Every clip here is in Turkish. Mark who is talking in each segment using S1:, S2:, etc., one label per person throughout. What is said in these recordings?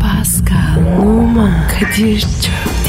S1: Pascal, Oman, Kadir çok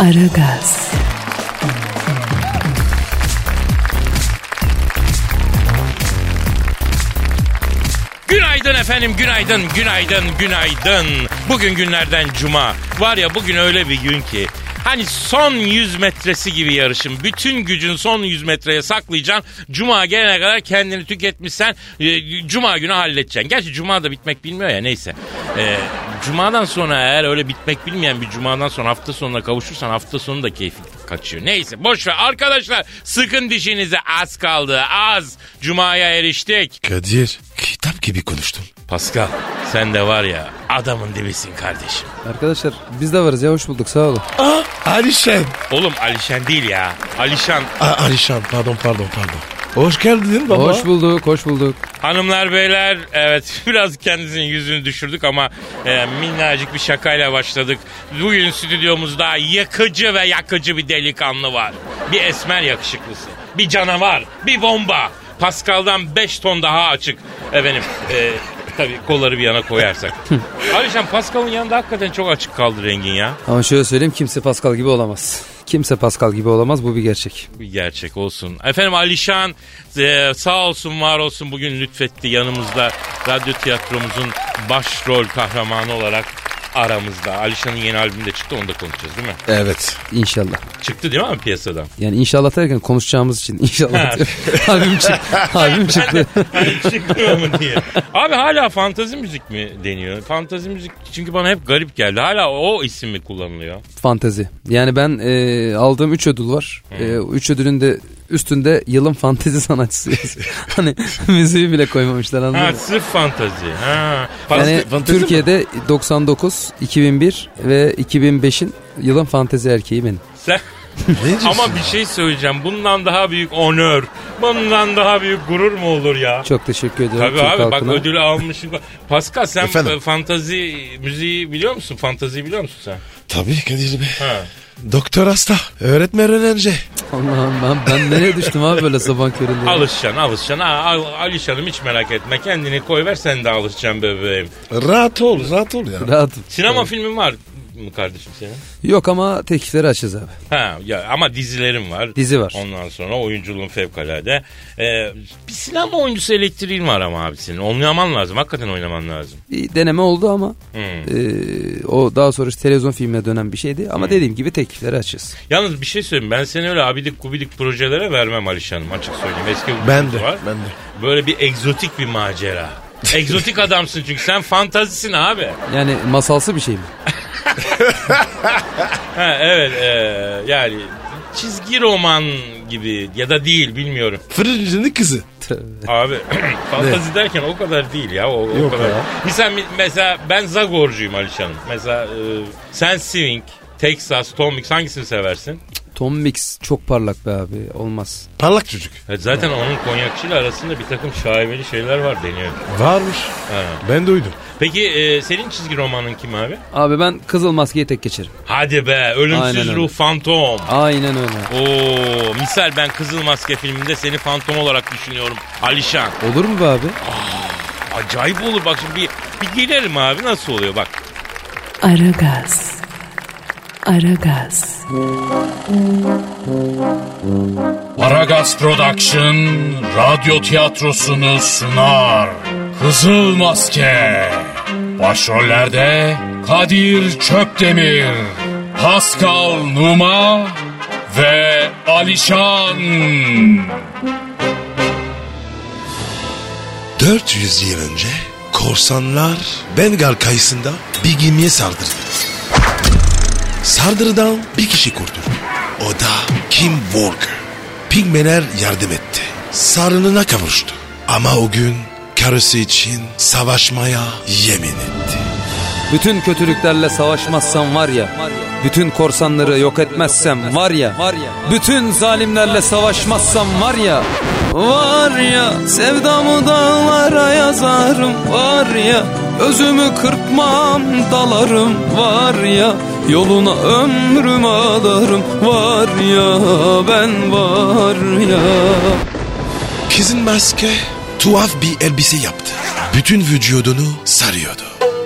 S1: Aragaz,
S2: Günaydın efendim, günaydın, günaydın, günaydın. Bugün günlerden cuma. Var ya bugün öyle bir gün ki. Hani son 100 metresi gibi yarışın. Bütün gücün son 100 metreye saklayacaksın. Cuma gelene kadar kendini tüketmişsen e, cuma günü halledeceksin. Gerçi cuma da bitmek bilmiyor ya neyse. E, cumadan sonra eğer öyle bitmek bilmeyen bir cumadan sonra hafta sonuna kavuşursan hafta sonu da keyfi kaçıyor. Neyse boş ver arkadaşlar sıkın dişinizi az kaldı az. Cumaya eriştik.
S3: Kadir. Kitap gibi konuştun.
S2: Pascal sen de var ya adamın dibisin kardeşim.
S4: Arkadaşlar biz de varız ya hoş bulduk sağ olun.
S3: Aa, Alişan.
S2: Oğlum Alişan değil ya. Alişan
S3: Aa, Alişan pardon pardon pardon. Hoş geldin baba.
S4: Hoş bulduk hoş bulduk.
S2: hanımlar beyler evet biraz kendisinin yüzünü düşürdük ama e, minnacık bir şakayla başladık. Bugün stüdyomuzda yakıcı ve yakıcı bir delikanlı var. Bir esmer yakışıklısı. Bir canavar. Bir bomba. Pascal'dan 5 ton daha açık. Efendim e, tabii kolları bir yana koyarsak. Alişan Pascal'ın yanında hakikaten çok açık kaldı rengin ya.
S4: Ama şöyle söyleyeyim kimse Pascal gibi olamaz. Kimse Pascal gibi olamaz bu bir gerçek.
S2: bir gerçek olsun. Efendim Alişan e, sağ olsun var olsun bugün lütfetti yanımızda radyo tiyatromuzun başrol kahramanı olarak aramızda. Alişan'ın yeni albümü de çıktı onu da konuşacağız değil mi?
S3: Evet.
S4: İnşallah.
S2: Çıktı değil mi abi piyasadan?
S4: Yani inşallah derken konuşacağımız için inşallah. diyorum. Albüm çıktı. Albüm çıktı.
S2: Hani çıkmıyor mu diye. Abi hala fantazi müzik mi deniyor? Fantazi müzik çünkü bana hep garip geldi. Hala o isim mi kullanılıyor?
S4: Fantezi. Yani ben e, aldığım 3 ödül var.
S2: Hmm.
S4: 3 ödülün de üstünde yılın fantezi sanatçısı yazıyor. hani müziği bile koymamışlar anladın
S2: Ha
S4: mı?
S2: sırf fantazi. Ha. Fantezi-
S4: Yani
S3: fantezi mi?
S4: Türkiye'de 99, 2001 ve 2005'in yılın fantezi erkeği benim.
S2: Sen-
S3: Ne diyorsun?
S2: Ama bir şey söyleyeceğim. Bundan daha büyük onör, bundan daha büyük gurur mu olur ya?
S4: Çok teşekkür ediyorum.
S2: Tabii
S4: Türk
S2: abi
S4: halkına.
S2: bak ödülü almışım. Pascal sen
S3: Efendim?
S2: e, fantazi müziği biliyor musun? Fantaziyi biliyor musun sen?
S3: Tabii Kadir Bey.
S2: Ha.
S3: Doktor hasta. Öğretmen öğrenci.
S4: Allah'ım ben, ben nereye düştüm abi böyle sabah köründe.
S2: Alışacaksın alışacaksın. Ha, al, Alişan'ım hiç merak etme. Kendini koy ver sen de alışacaksın bebeğim.
S3: Rahat ol rahat ol ya.
S4: Rahatım.
S2: Sinema filmin var mı kardeşim senin?
S4: Yok ama teklifleri açız abi.
S2: Ha ya ama dizilerim var.
S4: Dizi var.
S2: Ondan sonra oyunculuğun fevkalade. Ee, bir sinema oyuncusu elektriğin var ama abi senin. Oynaman lazım. Hakikaten oynaman lazım.
S4: Bir deneme oldu ama
S2: Hmm.
S4: e, o daha sonra işte televizyon filmine dönen bir şeydi. Ama dediğim gibi teklifleri açız.
S2: Yalnız bir şey söyleyeyim. Ben seni öyle abidik gubidik projelere vermem Alişan'ım açık söyleyeyim. Eski
S3: Ben
S2: hukukumuz
S3: de
S2: var.
S3: ben de.
S2: Böyle bir egzotik bir macera. Egzotik adamsın çünkü sen fantazisin abi.
S4: Yani masalsı bir şey mi?
S2: Ha evet e, yani çizgi roman gibi ya da değil bilmiyorum.
S3: Fırıncının kızı.
S4: Tövbe.
S2: Abi fantazi derken o kadar değil ya o, o
S3: Yok
S2: kadar.
S3: ya.
S2: Misal mesela ben Zagorcuyum Alişan'ım. Mesela e, sen Swing, Texas, Tom Mix hangisini seversin?
S4: Tom Mix çok parlak be abi. Olmaz.
S3: Parlak çocuk.
S2: E, Zaten onun konyakçıyla arasında bir takım şaibeli şeyler var deniyor.
S3: Varmış.
S2: Ha.
S3: Ben de uydum.
S2: Peki e, senin çizgi romanın kim abi?
S4: Abi ben Kızıl Maske'yi tek geçerim.
S2: Hadi be
S4: Aynen
S2: Ölümsüz
S4: öyle.
S2: Ruh Fantom.
S4: Aynen öyle.
S2: Oo, misal ben Kızıl Maske filminde seni fantom olarak düşünüyorum. Alişan.
S4: Olur mu be abi?
S2: Acayip olur bak şimdi bir, bir gelirim abi nasıl oluyor bak.
S1: Aragaz, Aragaz,
S5: Aragaz Production radyo tiyatrosunu sunar. Kızıl Maske. Başrollerde Kadir Çöpdemir, Pascal Numa ve Alişan.
S3: 400 yıl önce korsanlar Bengal kıyısında bir gemiye saldırdı. Saldırıdan bir kişi kurtuldu. O da Kim Walker. Pigmeler yardım etti. Sarınına kavuştu. Ama o gün karısı için savaşmaya yemin etti.
S4: Bütün kötülüklerle savaşmazsam var ya. Bütün korsanları yok etmezsem var ya. Bütün zalimlerle savaşmazsam var ya. Var ya sevdamı dağlara yazarım var ya. Özümü kırpmam dalarım var ya. Yoluna ömrüm adarım var ya ben var ya.
S3: Kızın maske tuhaf bir elbise yaptı. Bütün vücudunu sarıyordu.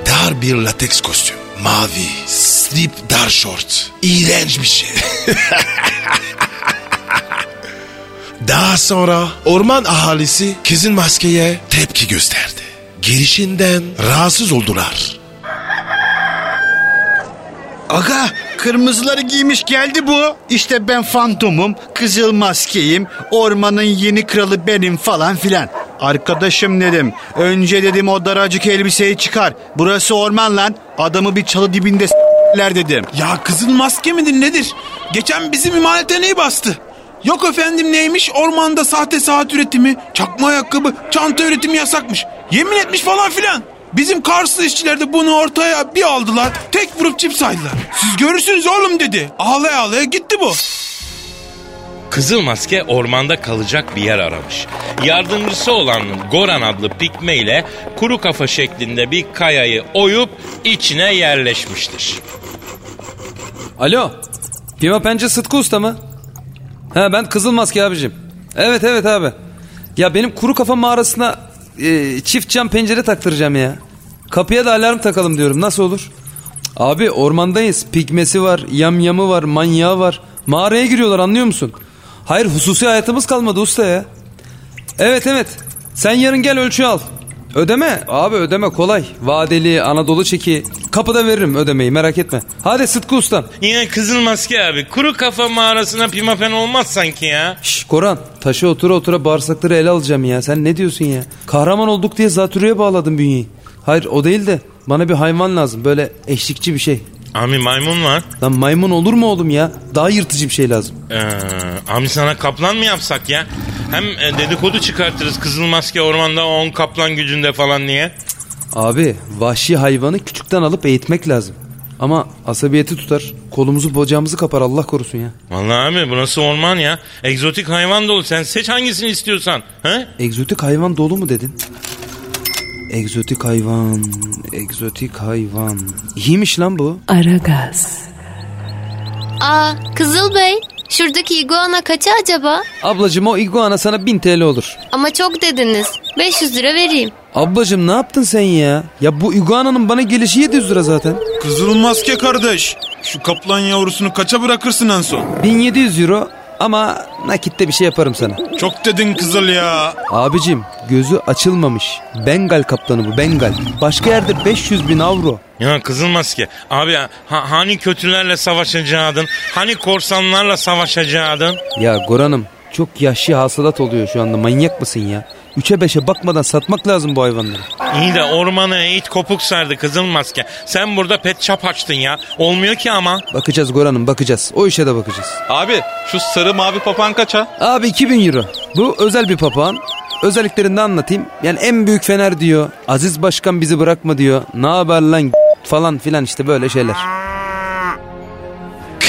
S3: Dar bir lateks kostüm. Mavi, slip dar şort. İğrenç bir şey. Daha sonra orman ahalisi kızın maskeye tepki gösterdi. Girişinden rahatsız oldular.
S6: Aga kırmızıları giymiş geldi bu. İşte ben fantomum, kızıl maskeyim, ormanın yeni kralı benim falan filan. Arkadaşım dedim. Önce dedim o daracık elbiseyi çıkar. Burası orman lan. Adamı bir çalı dibinde s**ler dedim.
S7: Ya kızın maske midir nedir? Geçen bizim imalethaneyi bastı. Yok efendim neymiş ormanda sahte saat üretimi, çakma ayakkabı, çanta üretimi yasakmış. Yemin etmiş falan filan. Bizim Karslı işçiler de bunu ortaya bir aldılar. Tek vurup çip saydılar. Siz görürsünüz oğlum dedi. Ağlaya ağlaya gitti bu.
S2: Kızıl Maske ormanda kalacak bir yer aramış. Yardımcısı olan Goran adlı pikme ile kuru kafa şeklinde bir kayayı oyup içine yerleşmiştir.
S4: Alo. Güvapenci Sıtkı Usta mı? Ha ben Kızıl Maske abicim. Evet evet abi. Ya benim kuru kafa mağarasına e, çift cam pencere taktıracağım ya. Kapıya da alarm takalım diyorum. Nasıl olur? Cık, Abi ormandayız. Pigmesi var, yamyamı var, manyağı var. Mağaraya giriyorlar anlıyor musun? Hayır hususi hayatımız kalmadı usta ya. Evet evet. Sen yarın gel ölçü al. Ödeme. Abi ödeme kolay. Vadeli, Anadolu çeki. Kapıda veririm ödemeyi merak etme. Hadi Sıtkı ustam.
S2: Yine Kızıl Maske abi kuru kafa mağarasına pimapen olmaz sanki ya.
S4: Şş Koran taşı otura otura bağırsakları ele alacağım ya. Sen ne diyorsun ya? Kahraman olduk diye zatürreye bağladım bünyeyi. Hayır o değil de bana bir hayvan lazım. Böyle eşlikçi bir şey.
S2: Ami maymun var.
S4: Lan maymun olur mu oğlum ya? Daha yırtıcı bir şey lazım.
S2: Ee, abi sana kaplan mı yapsak ya? Hem e, dedikodu çıkartırız Kızıl Maske ormanda 10 kaplan gücünde falan diye.
S4: Abi vahşi hayvanı küçükten alıp eğitmek lazım. Ama asabiyeti tutar. Kolumuzu bacağımızı kapar Allah korusun ya.
S2: Vallahi abi burası orman ya. Egzotik hayvan dolu. Sen seç hangisini istiyorsan. He?
S4: Egzotik hayvan dolu mu dedin? Egzotik hayvan, egzotik hayvan. İyiymiş lan bu.
S1: Aragaz,
S8: Aa Kızıl Bey şuradaki iguana kaça acaba?
S4: Ablacım o iguana sana 1000 TL olur.
S8: Ama çok dediniz. 500 lira vereyim.
S4: Ablacım ne yaptın sen ya? Ya bu iguananın bana gelişi 700 lira zaten.
S7: Kızıl maske kardeş. Şu kaplan yavrusunu kaça bırakırsın en son?
S4: 1700 euro ama nakitte bir şey yaparım sana.
S7: Çok dedin kızıl ya.
S4: Abicim gözü açılmamış. Bengal kaplanı bu Bengal. Başka yerde 500 bin avro.
S2: Ya Kızıl Maske. Abi ha- hani kötülerle savaşacaktın? Hani korsanlarla savaşacaktın?
S4: Ya Goran'ım çok yaşlı hasılat oluyor şu anda manyak mısın ya? 3'e 5'e bakmadan satmak lazım bu hayvanları.
S2: İyi de ormanı it kopuk sardı Kızıl Maske. Sen burada pet çap açtın ya. Olmuyor ki ama.
S4: Bakacağız Goran'ım bakacağız. O işe de bakacağız.
S9: Abi şu sarı mavi papan kaça?
S4: Abi 2000 euro. Bu özel bir papağan. Özelliklerini de anlatayım. Yani en büyük fener diyor. Aziz başkan bizi bırakma diyor. Ne haber lan falan filan işte böyle şeyler.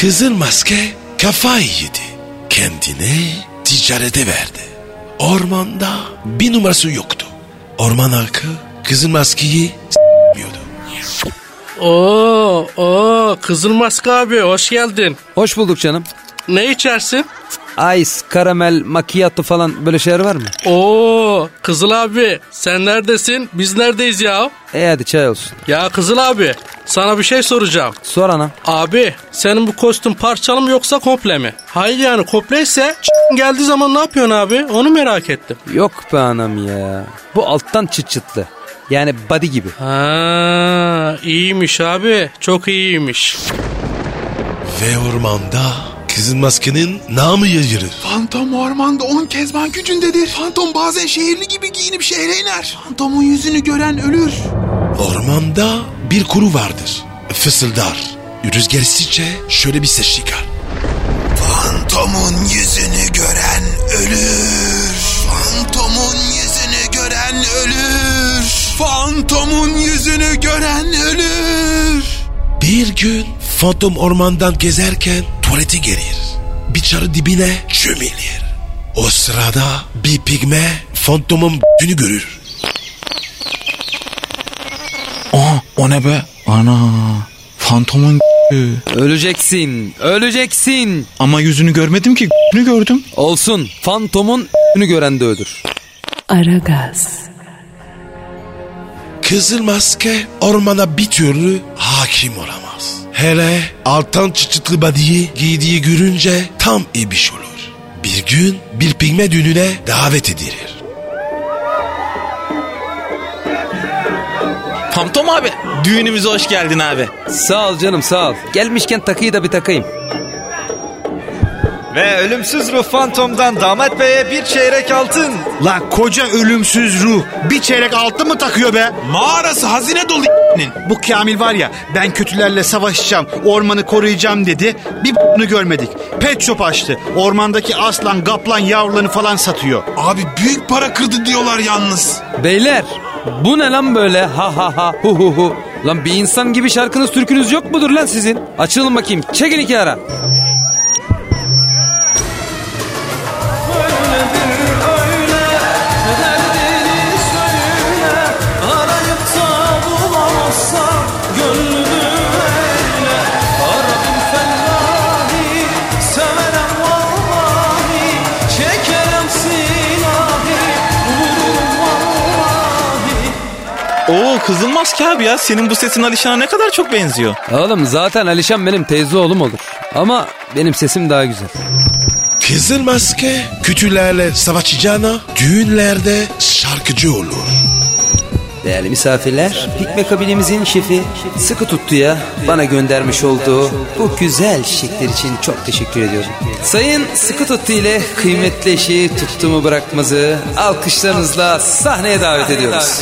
S3: Kızıl maske kafayı yedi. Kendini ticarete verdi. Ormanda bir numarası yoktu. Orman halkı kızıl maskeyi s**miyordu.
S10: Oo, oo, Kızıl Maske abi hoş geldin.
S4: Hoş bulduk canım.
S10: Ne içersin?
S4: Ice, karamel, macchiato falan böyle şeyler var mı?
S10: Oo, Kızıl abi sen neredesin? Biz neredeyiz ya?
S4: E hadi çay olsun.
S10: Ya Kızıl abi sana bir şey soracağım.
S4: Sor ana.
S10: Abi senin bu kostüm parçalı mı yoksa komple mi? Hayır yani kompleyse geldiği zaman ne yapıyorsun abi? Onu merak ettim.
S4: Yok be anam ya. Bu alttan çıt çıtlı. Yani body gibi.
S10: Ha, iyiymiş abi. Çok iyiymiş.
S3: Ve ormanda kızıl maskenin namı yayılır.
S7: Fantom ormanda on kezban gücündedir. Fantom bazen şehirli gibi giyinip şehre iner. Fantomun yüzünü gören ölür.
S3: Ormanda bir kuru vardır. Fısıldar. Rüzgar estikçe şöyle bir ses çıkar.
S7: Fantomun yüzünü gören ölür. Fantomun yüzünü gören ölür. Fantomun yüzünü gören ölür.
S3: Bir gün fantom ormandan gezerken tuvalete gelir. Bir çarı dibine çömelir. O sırada bir pigme fantomun günü görür.
S7: Aa o ne be? Ana fantomun
S4: Öleceksin. Öleceksin.
S7: Ama yüzünü görmedim ki günü gördüm.
S4: Olsun. Fantomun günü gören de ödür.
S1: Aragaz,
S3: Kızıl maske ormana bir türlü hakim olamaz. Hele altan çıçıtlı badiyi giydiği görünce tam ibiş olur. Bir gün bir pigme düğününe davet edilir.
S9: Fantom abi düğünümüze hoş geldin abi.
S4: Sağ ol canım sağ ol. Gelmişken takıyı da bir takayım.
S11: Ve ölümsüz ruh fantomdan damat beye bir çeyrek altın.
S6: Lan koca ölümsüz ruh bir çeyrek altın mı takıyor be?
S7: Mağarası hazine dolu
S6: Bu Kamil var ya ben kötülerle savaşacağım, ormanı koruyacağım dedi. Bir bunu görmedik. Pet shop açtı. Ormandaki aslan, kaplan yavrularını falan satıyor.
S7: Abi büyük para kırdı diyorlar yalnız.
S4: Beyler bu ne lan böyle ha ha ha hu hu hu. Lan bir insan gibi şarkınız türkünüz yok mudur lan sizin? Açılın bakayım çekin iki ara.
S9: Oo kızıl maske abi ya senin bu sesin Alişan'a ne kadar çok benziyor.
S4: Oğlum zaten Alişan benim teyze oğlum olur. Ama benim sesim daha güzel.
S3: Kızıl maske kötülerle savaşacağına düğünlerde şarkıcı olur.
S4: Değerli misafirler, Pikme kabinemizin şefi sıkı tuttuya bana göndermiş olduğu bu güzel şekler için çok teşekkür ediyorum. Sayın sıkı tuttu ile kıymetli eşi tuttumu bırakmazı alkışlarınızla sahneye davet ediyoruz.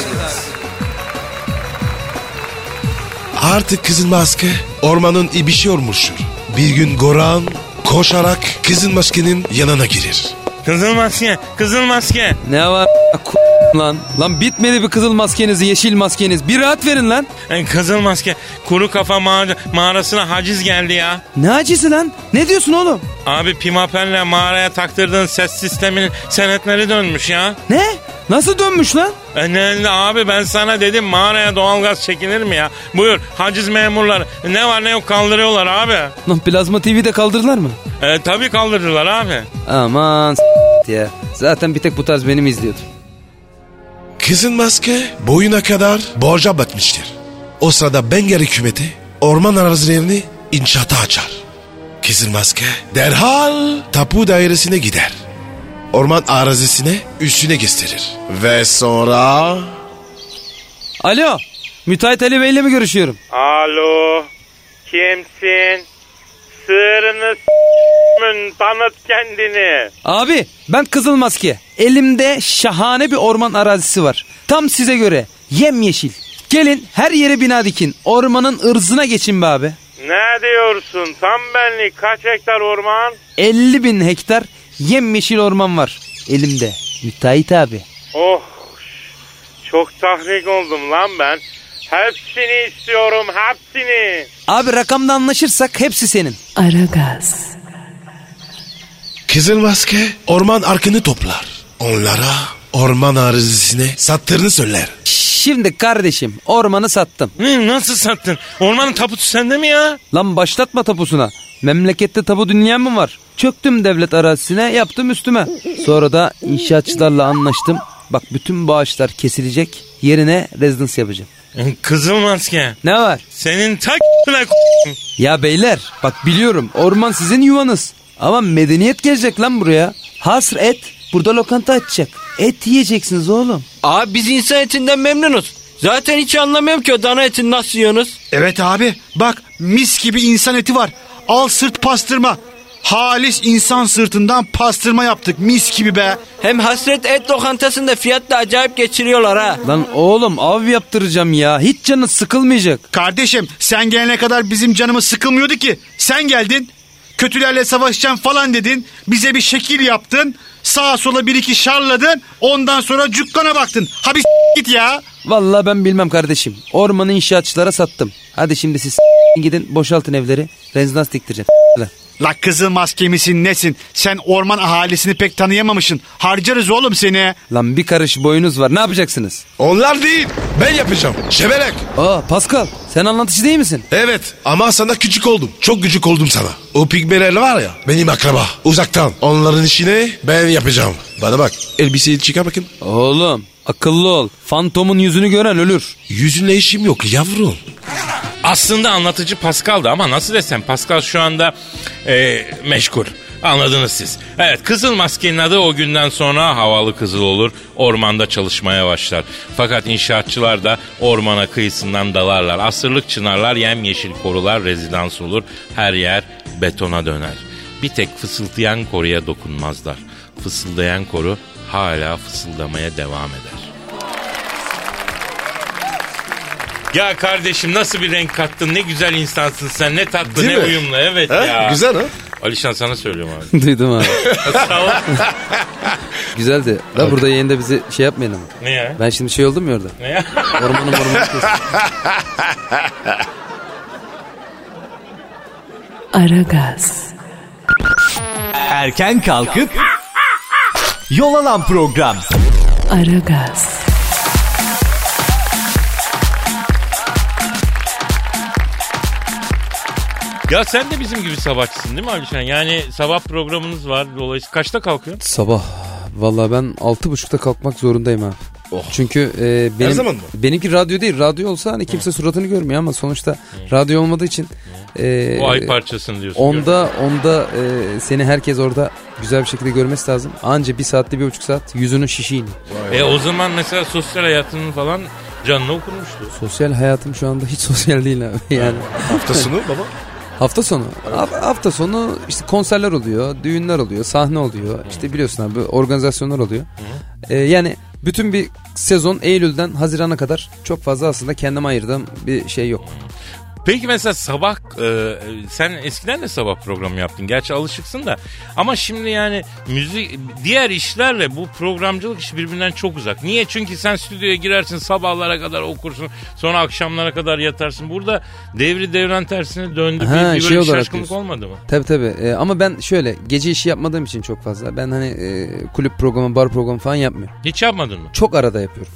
S3: Artık kızıl maske ormanın ibişiyormuştur. Bir gün Goran koşarak kızıl maskenin yanına girir.
S2: Kızıl maske, kızıl maske.
S4: Ne var a- lan? Lan bitmedi bir kızıl maskeniz, yeşil maskeniz. Bir rahat verin lan.
S2: E, Kızıl maske, kuru kafa mağara- mağarasına haciz geldi ya.
S4: Ne acısı lan? Ne diyorsun oğlum?
S2: Abi pimapenle mağaraya taktırdığın ses sisteminin senetleri dönmüş ya.
S4: Ne? Nasıl dönmüş lan?
S2: E, ne, ne abi ben sana dedim mağaraya doğalgaz çekilir mi ya? Buyur haciz memurları ne var ne yok kaldırıyorlar abi.
S4: Lan plazma TV'de kaldırdılar mı?
S2: E, tabii kaldırdılar abi.
S4: Aman s- ya. Zaten bir tek bu tarz benim izliyordu.
S3: Kızıl maske boyuna kadar borca batmıştır. O sırada Bengal hükümeti orman arazilerini inşaata açar. Kızıl maske derhal tapu dairesine gider. Orman arazisine üstüne gösterir. Ve sonra...
S4: Alo, müteahhit Ali Bey'le mi görüşüyorum?
S2: Alo kimsin? Sırrını tanıt kendini.
S4: Abi ben Kızıl Maske. Elimde şahane bir orman arazisi var. Tam size göre yemyeşil. Gelin her yere bina dikin. Ormanın ırzına geçin be abi.
S2: Ne diyorsun tam benlik kaç hektar orman?
S4: 50 bin hektar yemyeşil orman var elimde. Müteahhit abi.
S2: Oh çok tahrik oldum lan ben. Hepsini istiyorum hepsini.
S4: Abi rakamda anlaşırsak hepsi senin.
S1: Aragaz,
S3: Kızıl maske orman arkını toplar. Onlara orman arazisine sattığını söyler.
S4: Şimdi kardeşim ormanı sattım.
S2: Ne, nasıl sattın? Ormanın taputu sende mi ya?
S4: Lan başlatma tapusuna. Memlekette tapu dünya mı var? Çöktüm devlet arazisine yaptım üstüme. Sonra da inşaatçılarla anlaştım. Bak bütün bağışlar kesilecek. Yerine rezidans yapacağım.
S2: Kızıl maske.
S4: Ne var?
S2: Senin tak
S4: Ya beyler bak biliyorum orman sizin yuvanız. Ama medeniyet gelecek lan buraya. Hasır et burada lokanta açacak. Et yiyeceksiniz oğlum.
S12: Abi biz insan etinden memnunuz. Zaten hiç anlamıyorum ki o dana etini nasıl yiyorsunuz.
S6: Evet abi bak mis gibi insan eti var. Al sırt pastırma. Halis insan sırtından pastırma yaptık mis gibi be.
S12: Hem hasret et lokantasında fiyat da acayip geçiriyorlar ha.
S4: Lan oğlum av yaptıracağım ya. Hiç canı sıkılmayacak.
S6: Kardeşim sen gelene kadar bizim canımız sıkılmıyordu ki. Sen geldin. Kötülerle savaşacağım falan dedin. Bize bir şekil yaptın. Sağa sola bir iki şarladın. Ondan sonra cukkana baktın. Ha bir s- git ya.
S4: Vallahi ben bilmem kardeşim. Ormanı inşaatçılara sattım. Hadi şimdi siz gidin boşaltın evleri. Rezidans diktireceğim.
S6: La kızıl maske misin nesin? Sen orman ahalisini pek tanıyamamışsın. Harcarız oğlum seni.
S4: Lan bir karış boyunuz var ne yapacaksınız?
S3: Onlar değil. Ben yapacağım. Şebelek.
S4: Aa Pascal sen anlatıcı değil misin?
S3: Evet ama sana küçük oldum. Çok küçük oldum sana. O pigmeler var ya benim akraba. Uzaktan. Onların işini ben yapacağım. Bana bak elbiseyi çıkar bakayım.
S4: Oğlum akıllı ol. Fantomun yüzünü gören ölür.
S3: Yüzünle işim yok yavrum.
S2: Aslında anlatıcı Pascal'dı ama nasıl desem Pascal şu anda e, meşgul. Anladınız siz. Evet Kızıl Maske'nin adı o günden sonra havalı kızıl olur. Ormanda çalışmaya başlar. Fakat inşaatçılar da ormana kıyısından dalarlar. Asırlık çınarlar yemyeşil korular rezidans olur. Her yer betona döner. Bir tek fısıldayan koruya dokunmazlar. Fısıldayan koru hala fısıldamaya devam eder. Ya kardeşim nasıl bir renk kattın? Ne güzel insansın sen. Ne tatlı
S3: Değil
S2: ne
S3: mi?
S2: uyumlu. Evet
S3: Ha?
S2: ya.
S3: Güzel ha?
S2: Alişan sana söylüyorum abi.
S4: Duydum abi.
S2: Sağ ol.
S4: Güzeldi. La burada yayında bizi şey yapmayın ama.
S2: Ne ya?
S4: Ben şimdi şey oldum ya orada.
S2: Ne ya?
S4: Ormanın ormanı kestim.
S1: Aragaz,
S13: Erken kalkıp yol alan program.
S1: Aragaz,
S2: Ya sen de bizim gibi sabahçısın değil mi Alişan? Yani sabah programınız var. Dolayısıyla kaçta kalkıyorsun?
S4: Sabah. Vallahi ben altı buçukta kalkmak zorundayım abi. Çünkü e, benim,
S2: zaman mı?
S4: benimki radyo değil. Radyo olsa hani kimse suratını görmüyor ama sonuçta radyo olmadığı için. e,
S2: O
S3: Ee,
S2: ay parçasını diyorsun.
S4: Onda onda e, seni herkes orada güzel bir şekilde görmesi lazım. Anca bir saatte bir buçuk saat yüzünün şişiyle.
S2: E o zaman mesela sosyal hayatının falan canına okunmuştu.
S4: Sosyal hayatım şu anda hiç sosyal değil abi yani.
S2: Hafta sonu baba?
S4: Hafta sonu. Ha- Hafta sonu işte konserler oluyor, düğünler oluyor, sahne oluyor. İşte biliyorsun abi organizasyonlar oluyor. Ee, yani bütün bir sezon Eylül'den Haziran'a kadar çok fazla aslında kendime ayırdığım bir şey yok.
S2: Peki mesela sabah e, sen eskiden de sabah programı yaptın. Gerçi alışıksın da. Ama şimdi yani müzik diğer işlerle bu programcılık işi birbirinden çok uzak. Niye? Çünkü sen stüdyoya girersin sabahlara kadar okursun. Sonra akşamlara kadar yatarsın. Burada devri devren tersine döndü. bir, bir böyle bir şaşkınlık
S4: diyorsun.
S2: olmadı mı?
S4: Tabii tabii. Ee, ama ben şöyle gece işi yapmadığım için çok fazla. Ben hani e, kulüp programı, bar programı falan yapmıyorum.
S2: Hiç yapmadın mı?
S4: Çok arada yapıyorum.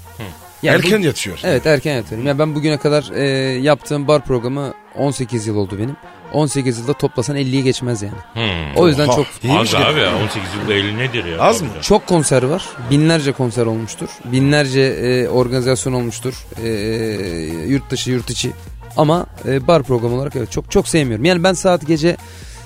S2: Erken
S4: yatıyorsun. Evet erken yatıyorum. Yani ben bugüne kadar e, yaptığım bar programı 18 yıl oldu benim. 18 yılda toplasan 50'yi geçmez yani. O yüzden çok
S2: Az abi ya 18 yılda 50 nedir ya? Harbiden.
S4: Çok konser var. Binlerce konser olmuştur. Binlerce e, organizasyon olmuştur. E, yurt dışı, yurt içi. Ama e, bar programı olarak evet çok çok sevmiyorum. Yani ben saat gece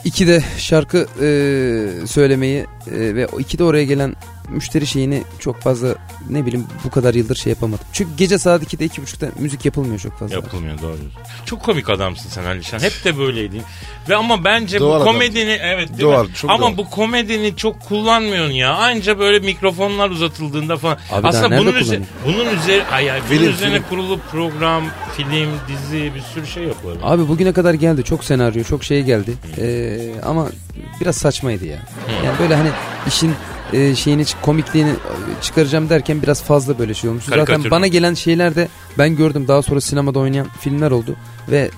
S4: 2'de şarkı e, söylemeyi e, ve o 2'de oraya gelen müşteri şeyini çok fazla ne bileyim bu kadar yıldır şey yapamadım. Çünkü gece saat 2'de 2.30'da müzik yapılmıyor çok fazla.
S2: Yapılmıyor doğru. Çok komik adamsın sen Alişan. Hep de böyleydin. Ve ama bence
S4: Doğal
S2: bu
S4: adam.
S2: komedini evet değil
S4: Doğal,
S2: mi?
S4: çok
S2: Ama
S4: doğal.
S2: bu komedini çok kullanmıyorsun ya. Anca böyle mikrofonlar uzatıldığında falan.
S4: Abi daha
S2: Aslında
S4: nerede
S2: bunun üzerine bunun üzeri ay ay bunun
S4: Film,
S2: üzerine
S4: film.
S2: kurulu program, film, dizi bir sürü şey yapılır.
S4: Abi bugüne kadar geldi çok senaryo çok şey geldi Ee, ama biraz saçmaydı ya.
S2: Hı.
S4: Yani böyle hani işin e, şeyini çık- komikliğini e, çıkaracağım derken biraz fazla böyle şey olmuş. Zaten
S2: Karikatür
S4: bana
S2: mü?
S4: gelen şeyler de ben gördüm daha sonra sinemada oynayan filmler oldu ve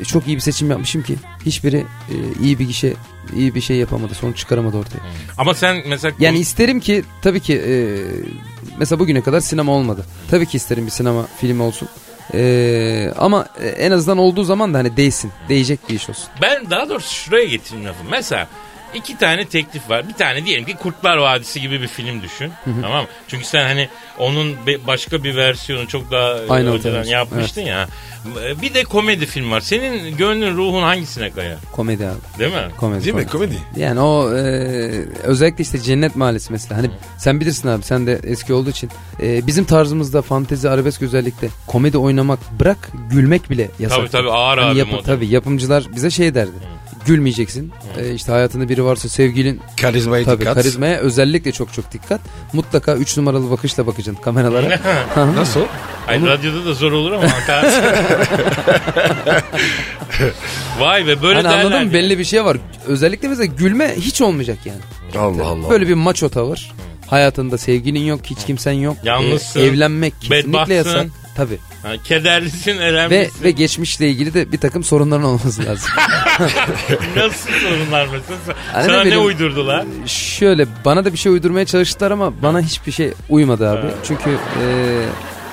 S4: e, çok iyi bir seçim yapmışım ki hiçbiri e, iyi bir gişe iyi bir şey yapamadı sonuç çıkaramadı ortaya.
S2: Ama sen mesela
S4: Yani isterim ki tabii ki e, mesela bugüne kadar sinema olmadı. Tabii ki isterim bir sinema filmi olsun. E, ama e, en azından olduğu zaman da hani değsin. Değecek bir iş olsun.
S2: Ben daha doğrusu şuraya getireyim lafı. Mesela iki tane teklif var. Bir tane diyelim ki Kurtlar Vadisi gibi bir film düşün.
S4: Hı hı.
S2: Tamam mı? Çünkü sen hani onun be- başka bir versiyonu çok daha e,
S4: Aynı
S2: önceden
S4: alternatif.
S2: yapmıştın ya. E, Bir de komedi film var. Senin gönlün ruhun hangisine kayar?
S4: Komedi abi.
S2: Değil mi?
S4: Komedi.
S2: Değil mi?
S4: Yani o e, özellikle işte Cennet Mahallesi mesela. Hani sen bilirsin abi sen de eski olduğu için. E, bizim tarzımızda fantezi, arabesk özellikle komedi oynamak bırak gülmek bile yasak. Hani
S2: Tabii, tabii, ağır abi moda.
S4: Tabii yapımcılar bize şey derdi. Gülmeyeceksin. E, işte hayatında biri varsa sevgilin.
S3: Karizmaya
S4: tabii,
S3: dikkat.
S4: Karizmaya özellikle çok çok dikkat. Mutlaka 3 numaralı bakışla bakacaksın kameralara. Anladın mı?
S2: Nasıl? Ay, radyoda da zor olur ama. Vay be böyle
S4: hani
S2: derler.
S4: anladın mı? Belli bir şey var. Özellikle mesela gülme hiç olmayacak yani.
S3: Allah Allah.
S4: Böyle bir maço tavır. Hayatında sevgilin yok, hiç kimsen yok.
S2: Yalnızsın.
S4: Ee, evlenmek kesinlikle
S2: Bedbahtsın.
S4: yasak. Tabii.
S2: Ha, kederlisin
S4: Ve,
S2: önemlisin.
S4: ve geçmişle ilgili de bir takım sorunların olması lazım.
S2: Nasıl sorunlar mesela?
S4: Hani
S2: Sana
S4: ne
S2: ne
S4: bileyim-
S2: uydurdular?
S4: Şöyle bana da bir şey uydurmaya çalıştılar ama bana hiçbir şey uymadı abi. Çünkü e,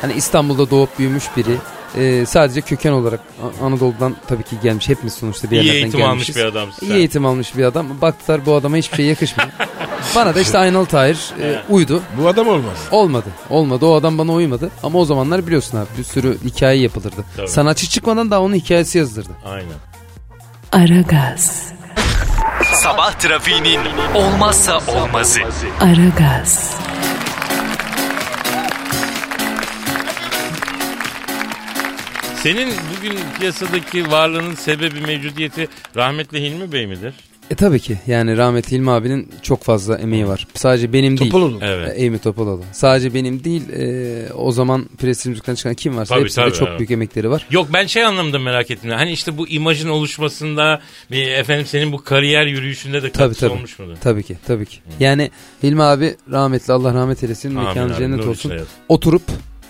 S4: hani İstanbul'da doğup büyümüş biri. e, sadece köken olarak A- Anadolu'dan tabii ki gelmiş. Hepimiz sonuçta bir
S2: İyi
S4: yerlerden
S2: eğitim almış
S4: gelmişiz.
S2: bir adamsın
S4: İyi
S2: sen.
S4: eğitim almış bir adam. Baktılar bu adama hiçbir şey yakışmıyor. bana da işte Aynalı Tahir e, uydu.
S14: Bu adam olmaz.
S4: Olmadı. Olmadı. O adam bana uymadı. Ama o zamanlar biliyorsun abi bir sürü hikaye yapılırdı.
S2: Tabii.
S4: Sanatçı çıkmadan daha onun hikayesi yazılırdı.
S2: Aynen.
S1: Aragaz,
S13: Sabah trafiğinin olmazsa olmazı.
S1: Aragaz,
S2: Senin bugün piyasadaki varlığının sebebi mevcudiyeti rahmetli Hilmi Bey midir?
S4: E tabii ki. Yani rahmetli Hilmi abinin çok fazla emeği var. Sadece benim
S2: Topaloğlu.
S4: değil.
S2: Evet.
S4: E, Hilmi Topaloğlu. Sadece benim değil. e, o zaman Pres Müzik'ten çıkan kim varsa
S2: Tabii,
S4: hepsinde
S2: tabii,
S4: çok
S2: evet.
S4: büyük emekleri var.
S2: Yok ben şey anlamda merak ettim. Hani işte bu imajın oluşmasında bir efendim senin bu kariyer yürüyüşünde de
S4: Tabii
S2: katkısı
S4: tabii.
S2: olmuş mudur?
S4: Tabii ki. Tabii ki. Yani Hilmi abi rahmetli Allah rahmet eylesin.
S2: Amin
S4: Mekanı
S2: abi,
S4: cennet
S2: nur
S4: olsun.
S2: içinde yatsın.
S4: Oturup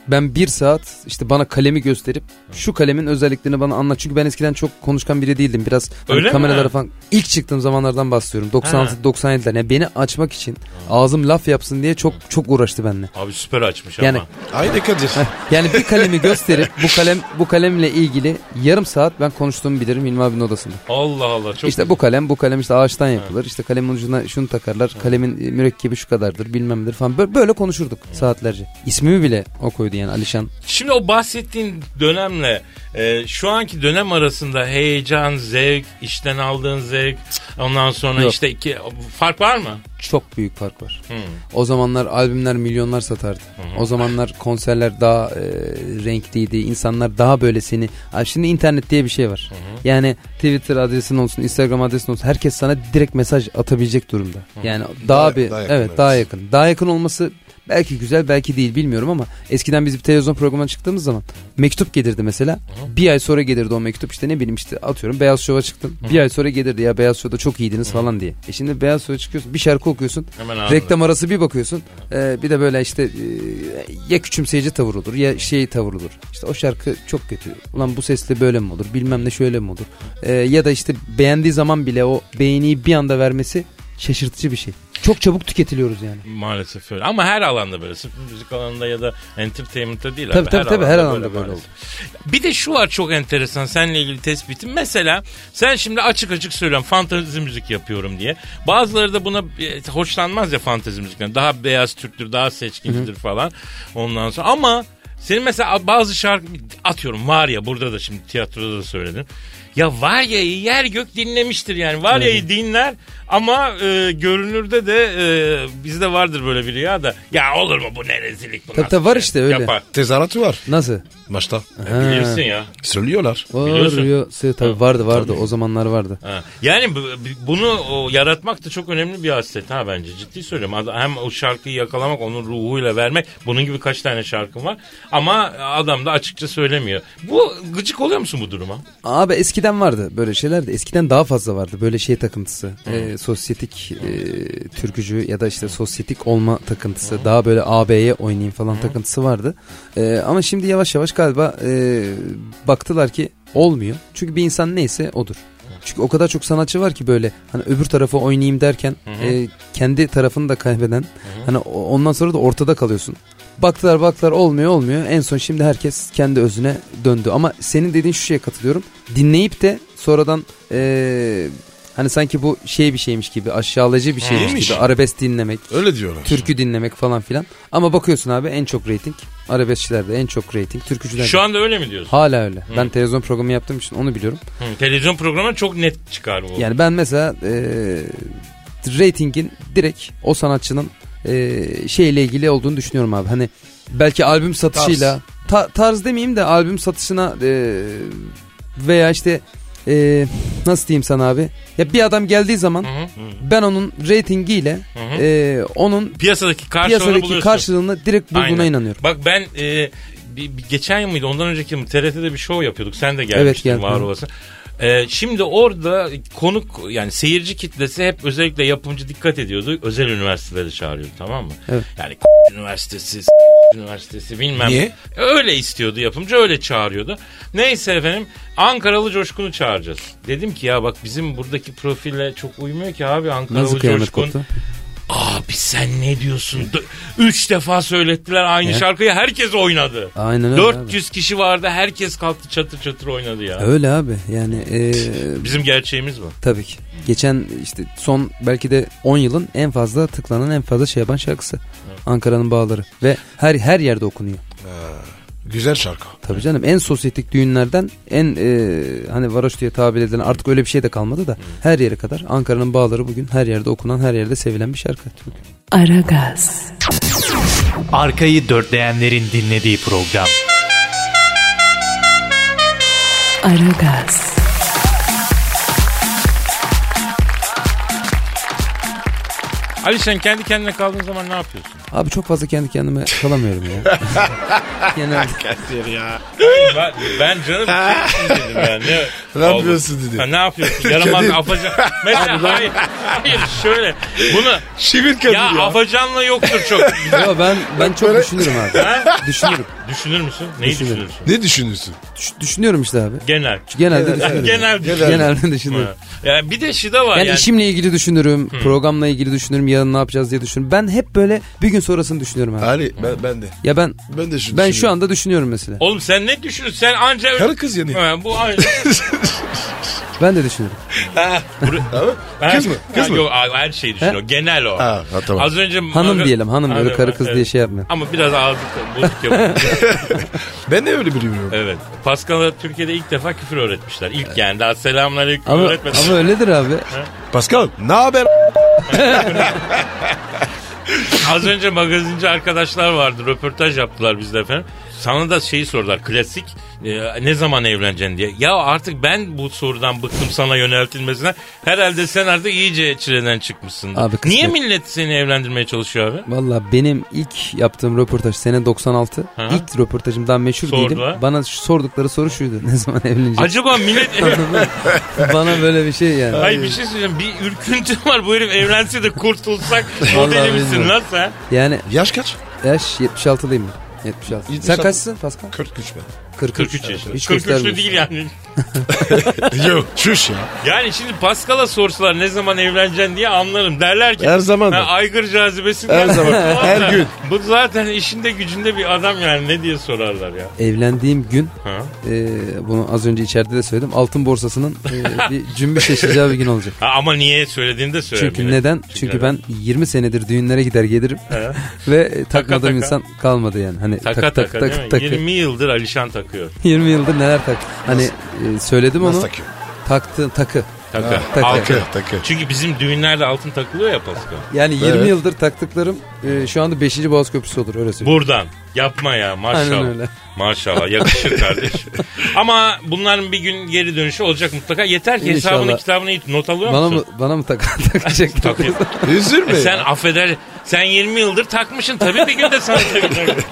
S4: ben bir saat işte bana kalemi gösterip şu kalemin özelliklerini bana anlat. Çünkü ben eskiden çok konuşkan biri değildim. Biraz hani
S2: Öyle mi?
S4: kameralara falan ilk çıktığım zamanlardan bahsediyorum. 96-97'ler. Yani beni açmak için ağzım laf yapsın diye çok çok uğraştı benimle.
S2: Abi süper açmış
S4: Yani
S2: ama.
S4: Haydi Kadir. Yani bir kalemi gösterip bu kalem bu kalemle ilgili yarım saat ben konuştuğumu bilirim Hilmi abinin odasında.
S2: Allah Allah çok
S4: işte bu kalem bu kalem işte ağaçtan yapılır. İşte kalemin ucuna şunu takarlar. Kalemin e, mürekkebi şu kadardır bilmemdir falan. Bö- Böyle konuşurduk saatlerce. İsmimi bile o koydu yani Alişan.
S2: Şimdi o bahsettiğin dönemle e, şu anki dönem arasında heyecan, zevk, işten aldığın zevk, ondan sonra
S4: Yok.
S2: işte iki, fark var mı?
S4: Çok büyük fark var.
S2: Hı.
S4: O zamanlar albümler milyonlar satardı. O zamanlar konserler daha e, renkliydi. İnsanlar daha böyle seni... Abi şimdi internet diye bir şey var. Yani Twitter adresin olsun, Instagram adresin olsun. Herkes sana direkt mesaj atabilecek durumda. Yani daha, bir...
S14: daha yakın,
S4: evet, daha yakın. Daha yakın olması belki güzel belki değil bilmiyorum ama eskiden biz bir televizyon programına çıktığımız zaman mektup gelirdi mesela. Bir ay sonra gelirdi o mektup işte ne bileyim işte atıyorum Beyaz Şov'a çıktın. Bir ay sonra gelirdi ya Beyaz Şov'da çok iyiydiniz falan diye. E şimdi Beyaz Şov'a çıkıyorsun bir şarkı okuyorsun.
S2: Hemen ağzına.
S4: reklam arası bir bakıyorsun. e, bir de böyle işte e, ya küçümseyici tavır olur ya şey tavır olur. İşte o şarkı çok kötü. Ulan bu sesle böyle mi olur bilmem ne şöyle mi olur. E, ya da işte beğendiği zaman bile o beğeniyi bir anda vermesi şaşırtıcı bir şey. Çok çabuk tüketiliyoruz yani.
S2: Maalesef öyle. Ama her alanda böyle. Sırf müzik alanında ya da entertainment'ta değil.
S4: Tabii
S2: abi.
S4: tabii tabii her alanda böyle
S2: maalesef. Bir de şu var çok enteresan seninle ilgili tespitim. Mesela sen şimdi açık açık söylüyorum fantezi müzik yapıyorum diye. Bazıları da buna e, hoşlanmaz ya fantezi müzikten. Daha beyaz Türktür, daha seçkincidir falan. Ondan sonra ama senin mesela bazı şarkı atıyorum var ya burada da şimdi tiyatroda da söyledim. Ya Varya'yı yer gök dinlemiştir yani. Varya'yı dinler ama e, görünürde de e, bizde vardır böyle biri ya da ya olur mu bu ne rezillik bu
S4: Tabii
S2: nasıl
S4: tabii var
S2: şey?"
S4: işte öyle.
S2: Yapar.
S14: Tezahüratı var.
S4: Nasıl?
S14: Maçta.
S4: Ha.
S2: Bilirsin ya.
S14: Söylüyorlar.
S2: Biliyorsun.
S4: Varıyor. Tabii vardı vardı o zamanlar vardı.
S2: Ha. Yani bu- bu- bunu o, yaratmak da çok önemli bir hasret ha bence ciddi söylüyorum. Ad- Hem o şarkıyı yakalamak onun ruhuyla vermek bunun gibi kaç tane şarkım var ama adam da açıkça söylemiyor. Bu gıcık oluyor musun bu duruma?
S4: Abi eskiden vardı böyle şeyler de eskiden daha fazla vardı böyle şey takıntısı. Ee, sosyetik e, türkücü ya da işte sosyetik olma takıntısı. Daha böyle AB'ye oynayayım falan takıntısı vardı. Ee, ama şimdi yavaş yavaş galiba e, baktılar ki olmuyor. Çünkü bir insan neyse odur. Çünkü o kadar çok sanatçı var ki böyle hani öbür tarafa oynayayım derken
S2: hı.
S4: e, kendi tarafını da kaybeden hani o- ondan sonra da ortada kalıyorsun. Baktılar baktılar olmuyor olmuyor. En son şimdi herkes kendi özüne döndü. Ama senin dediğin şu şeye katılıyorum. Dinleyip de sonradan e, hani sanki bu şey bir şeymiş gibi aşağılayıcı bir şeymiş
S14: Neymiş?
S4: gibi arabesk dinlemek.
S14: Öyle diyorlar.
S4: Türkü dinlemek falan filan. Ama bakıyorsun abi en çok reyting arabeskçilerde en çok reyting türkücülerde.
S2: Şu anda öyle mi diyorsun?
S4: Hala öyle.
S2: Hı.
S4: Ben televizyon programı yaptığım için onu biliyorum.
S2: Hı, televizyon programı çok net çıkar bu.
S4: Yani ben mesela e, reytingin direkt o sanatçının e, şeyle ilgili olduğunu düşünüyorum abi. Hani belki albüm satışıyla ta- tarz demeyeyim de albüm satışına e, veya işte e, nasıl diyeyim sana abi? Ya bir adam geldiği zaman ben onun reytingiyle
S2: Hı hı.
S4: e, onun
S2: Piyasadaki karşılığını
S4: piyasadaki
S2: buluyorsun.
S4: karşılığını direkt bulduğuna
S2: Aynen.
S4: inanıyorum.
S2: Bak ben e, bir, bir geçen yıl mıydı ondan önceki yıl mı TRT'de bir show yapıyorduk. Sen de
S4: Evet,
S2: gelmiştin
S4: geldim.
S2: var olasın. E, şimdi orada konuk yani seyirci kitlesi hep özellikle yapımcı dikkat ediyordu. Özel üniversiteleri çağırıyordu tamam mı?
S4: Evet.
S2: Yani üniversitesi s- Üniversitesi bilmem.
S3: Niye?
S2: Öyle istiyordu yapımcı öyle çağırıyordu. Neyse efendim Ankaralı Coşkun'u çağıracağız. Dedim ki ya bak bizim buradaki profille çok uymuyor ki abi Ankaralı
S4: Nasıl kıyamet
S2: Coşkun.
S4: koptu?
S2: Abi sen ne diyorsun? Dö- Üç defa söylettiler aynı
S4: Ya.
S2: şarkıyı herkes oynadı.
S4: Aynen öyle
S2: 400 kişi vardı herkes kalktı çatır çatır oynadı ya.
S4: Öyle abi yani. e,
S2: Bizim gerçeğimiz bu.
S4: Tabii ki. Geçen işte son belki de 10 yılın en fazla tıklanan en fazla şey yapan şarkısı. Ankara'nın bağları ve her her yerde okunuyor.
S3: Güzel şarkı.
S4: Tabii canım en sosyetik düğünlerden en e, hani varoş diye tabir edilen artık öyle bir şey de kalmadı da her yere kadar Ankara'nın bağları bugün her yerde okunan her yerde sevilen bir şarkı.
S1: Aragaz,
S13: Arkayı dörtleyenlerin dinlediği program.
S1: Aragaz,
S2: Ali sen kendi kendine kaldığın zaman ne yapıyorsun?
S4: Abi çok fazla kendi kendime kalamıyorum ya.
S2: Genelde. ya. Ben, ben canım çok iyi dedim yani.
S3: Ne yapıyorsun dedi.
S2: Ha, ne yapıyorsun? Yaramaz
S3: Kadir.
S2: afacan. Mesela hayır, hayır şöyle. Bunu
S3: Şivir
S2: ya, afacanla yoktur çok.
S4: Yo, ben ben çok düşünürüm abi. düşünürüm.
S2: Düşünür müsün? Neyi
S4: Düşünürüm.
S2: düşünürsün?
S3: Ne düşünürsün?
S4: Düş- düşünüyorum işte abi.
S2: Genel.
S4: Genelde
S2: Genel.
S4: düşünürüm.
S2: Genel düşünürüm.
S4: Genelde düşünürüm.
S2: Ha. Ya bir de şu da var
S4: Ben
S2: yani.
S4: işimle ilgili düşünürüm,
S2: Hmm.
S4: programla ilgili düşünürüm, yarın ne yapacağız diye düşünürüm. Ben hep böyle bir gün sonrasını düşünüyorum abi.
S3: Ali ben, ben de.
S4: Ya ben
S3: Ben de şunu
S4: ben şu
S3: düşünüyorum.
S4: anda düşünüyorum mesela.
S2: Oğlum sen ne düşünürsün? Sen anca...
S3: Karı kız yani.
S2: Ha, bu anca...
S4: Ben de düşünüyorum.
S2: Ha, bur- Ha,
S4: Kız mı? Kız
S2: ha,
S4: mı?
S2: Yok a- her şeyi düşünüyor. Genel o.
S4: Ha,
S3: ha, tamam.
S2: Az önce...
S4: Hanım diyelim, hanım böyle karı kız diye şey yapmıyor.
S2: Ama biraz ağzı bozuk yapıyor.
S3: Ben de öyle biliyorum.
S2: evet. Pascal'a Türkiye'de ilk defa küfür öğretmişler. İlk yani daha selamünaleyküm
S4: Ama,
S2: öğretmediler.
S4: ama öyledir abi.
S3: Pascal ne haber?
S2: Az önce magazinci arkadaşlar vardı. Röportaj yaptılar bizle efendim. Sana da şeyi sordular klasik e, ne zaman evleneceksin diye. Ya artık ben bu sorudan bıktım sana yöneltilmesine. Herhalde sen artık iyice çileden çıkmışsın.
S4: Abi kısmet.
S2: Niye millet seni evlendirmeye çalışıyor abi?
S4: Valla benim ilk yaptığım röportaj sene 96.
S2: Hı hı.
S4: İlk röportajım daha meşhur
S2: Sordu
S4: değilim.
S2: ha?
S4: Bana şu- sordukları soru şuydu. Ne zaman evleneceksin?
S2: Acaba millet...
S4: Bana böyle bir şey yani.
S2: Hayır bir şey söyleyeceğim. Bir ürküntüm var bu herif evlense de kurtulsak. o
S4: Vallahi
S2: deli misin
S4: bilmiyorum.
S2: lan sen?
S4: Yani
S3: yaş kaç?
S4: Yaş 76'lıyım ben. 76. Sen kaçsın Pascal?
S3: 43 ben.
S2: 43 yaşında.
S4: Hiç
S2: 43'lü
S4: göstermiyorsun.
S2: değil yani.
S3: Yok şuş ya.
S2: Yani şimdi Pascal'a sorsalar ne zaman evleneceksin diye anlarım. Derler ki
S3: Her zaman
S2: "Ha,
S3: da."
S2: aygır cazibesi
S3: Her
S2: var."
S3: zaman,
S2: Tamam
S3: her
S2: da,
S3: gün.
S2: Bu zaten işinde gücünde bir adam yani ne diye sorarlar ya.
S4: Evlendiğim gün
S2: Ha.
S4: e, bunu az önce içeride de söyledim. Altın borsasının e, bir cümbüş yaşayacağı bir gün olacak.
S2: Ha, ama niye söylediğini de söyle.
S4: Çünkü neden? Çünkü, ben 20 senedir düğünlere gider gelirim
S2: He.
S4: ve e, takmadığım
S2: taka.
S4: insan kalmadı yani. Hani
S2: Taka
S4: tak
S2: taka,
S4: tak
S2: değil
S4: tak
S2: mi?
S4: tak.
S2: 20 yıldır Alişan takıyor.
S4: 20 yıldır neler tak. Hani e, söyledim
S2: Nasıl
S4: onu.
S2: takıyor?
S4: Taktı takı.
S2: Taka.
S4: Takı.
S2: Altın. Çünkü bizim düğünlerde altın takılıyor ya Pascal.
S4: Yani 20
S2: Evet.
S4: yıldır taktıklarım e, şu anda 5. Boğaz Köprüsü olur öyle söyleyeyim.
S2: Buradan. Yapma ya maşallah.
S4: Aynen öyle.
S2: Maşallah yakışır kardeşim. Ama bunların bir gün geri dönüşü olacak mutlaka. Yeter ki
S4: İnşallah.
S2: hesabını kitabını iyi- not alıyor
S4: Bana
S2: musun?
S4: mı, bana mı tak- takacak?
S3: Üzülme
S2: E sen affeder. Sen 20 yıldır takmışsın. Tabii bir gün de sana takacak.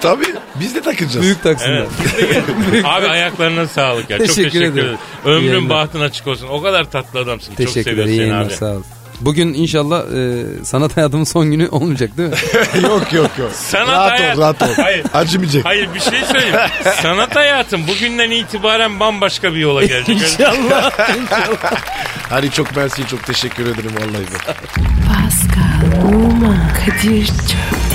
S3: Tabii biz de takacağız.
S4: Büyük taksınlar.
S2: Evet. Abi ayaklarına sağlık ya. Çok
S4: Teşekkür
S2: teşekkür
S4: ederim.
S2: ederim.
S4: İyi
S2: Ömrün
S4: yayınlar.
S2: bahtın açık olsun. O kadar tatlı adamsın. Çok
S4: Teşekkürler
S2: seviyorum
S4: iyi
S2: seni
S4: yayınlar
S2: abi.
S4: sağ ol. Bugün inşallah e, sanat hayatımın son günü olmayacak değil mi?
S3: yok yok yok.
S2: Sanat
S3: rahat
S2: hayat-
S3: ol rahat ol.
S2: Hayır.
S3: Acımayacak.
S2: Hayır bir şey söyleyeyim. Sanat hayatın bugünden itibaren bambaşka bir yola gelecek.
S3: İnşallah, Hani çok mersi çok teşekkür ederim vallahi. ben.
S1: Pascal, Oman, Kadir çok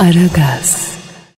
S1: Aragaz.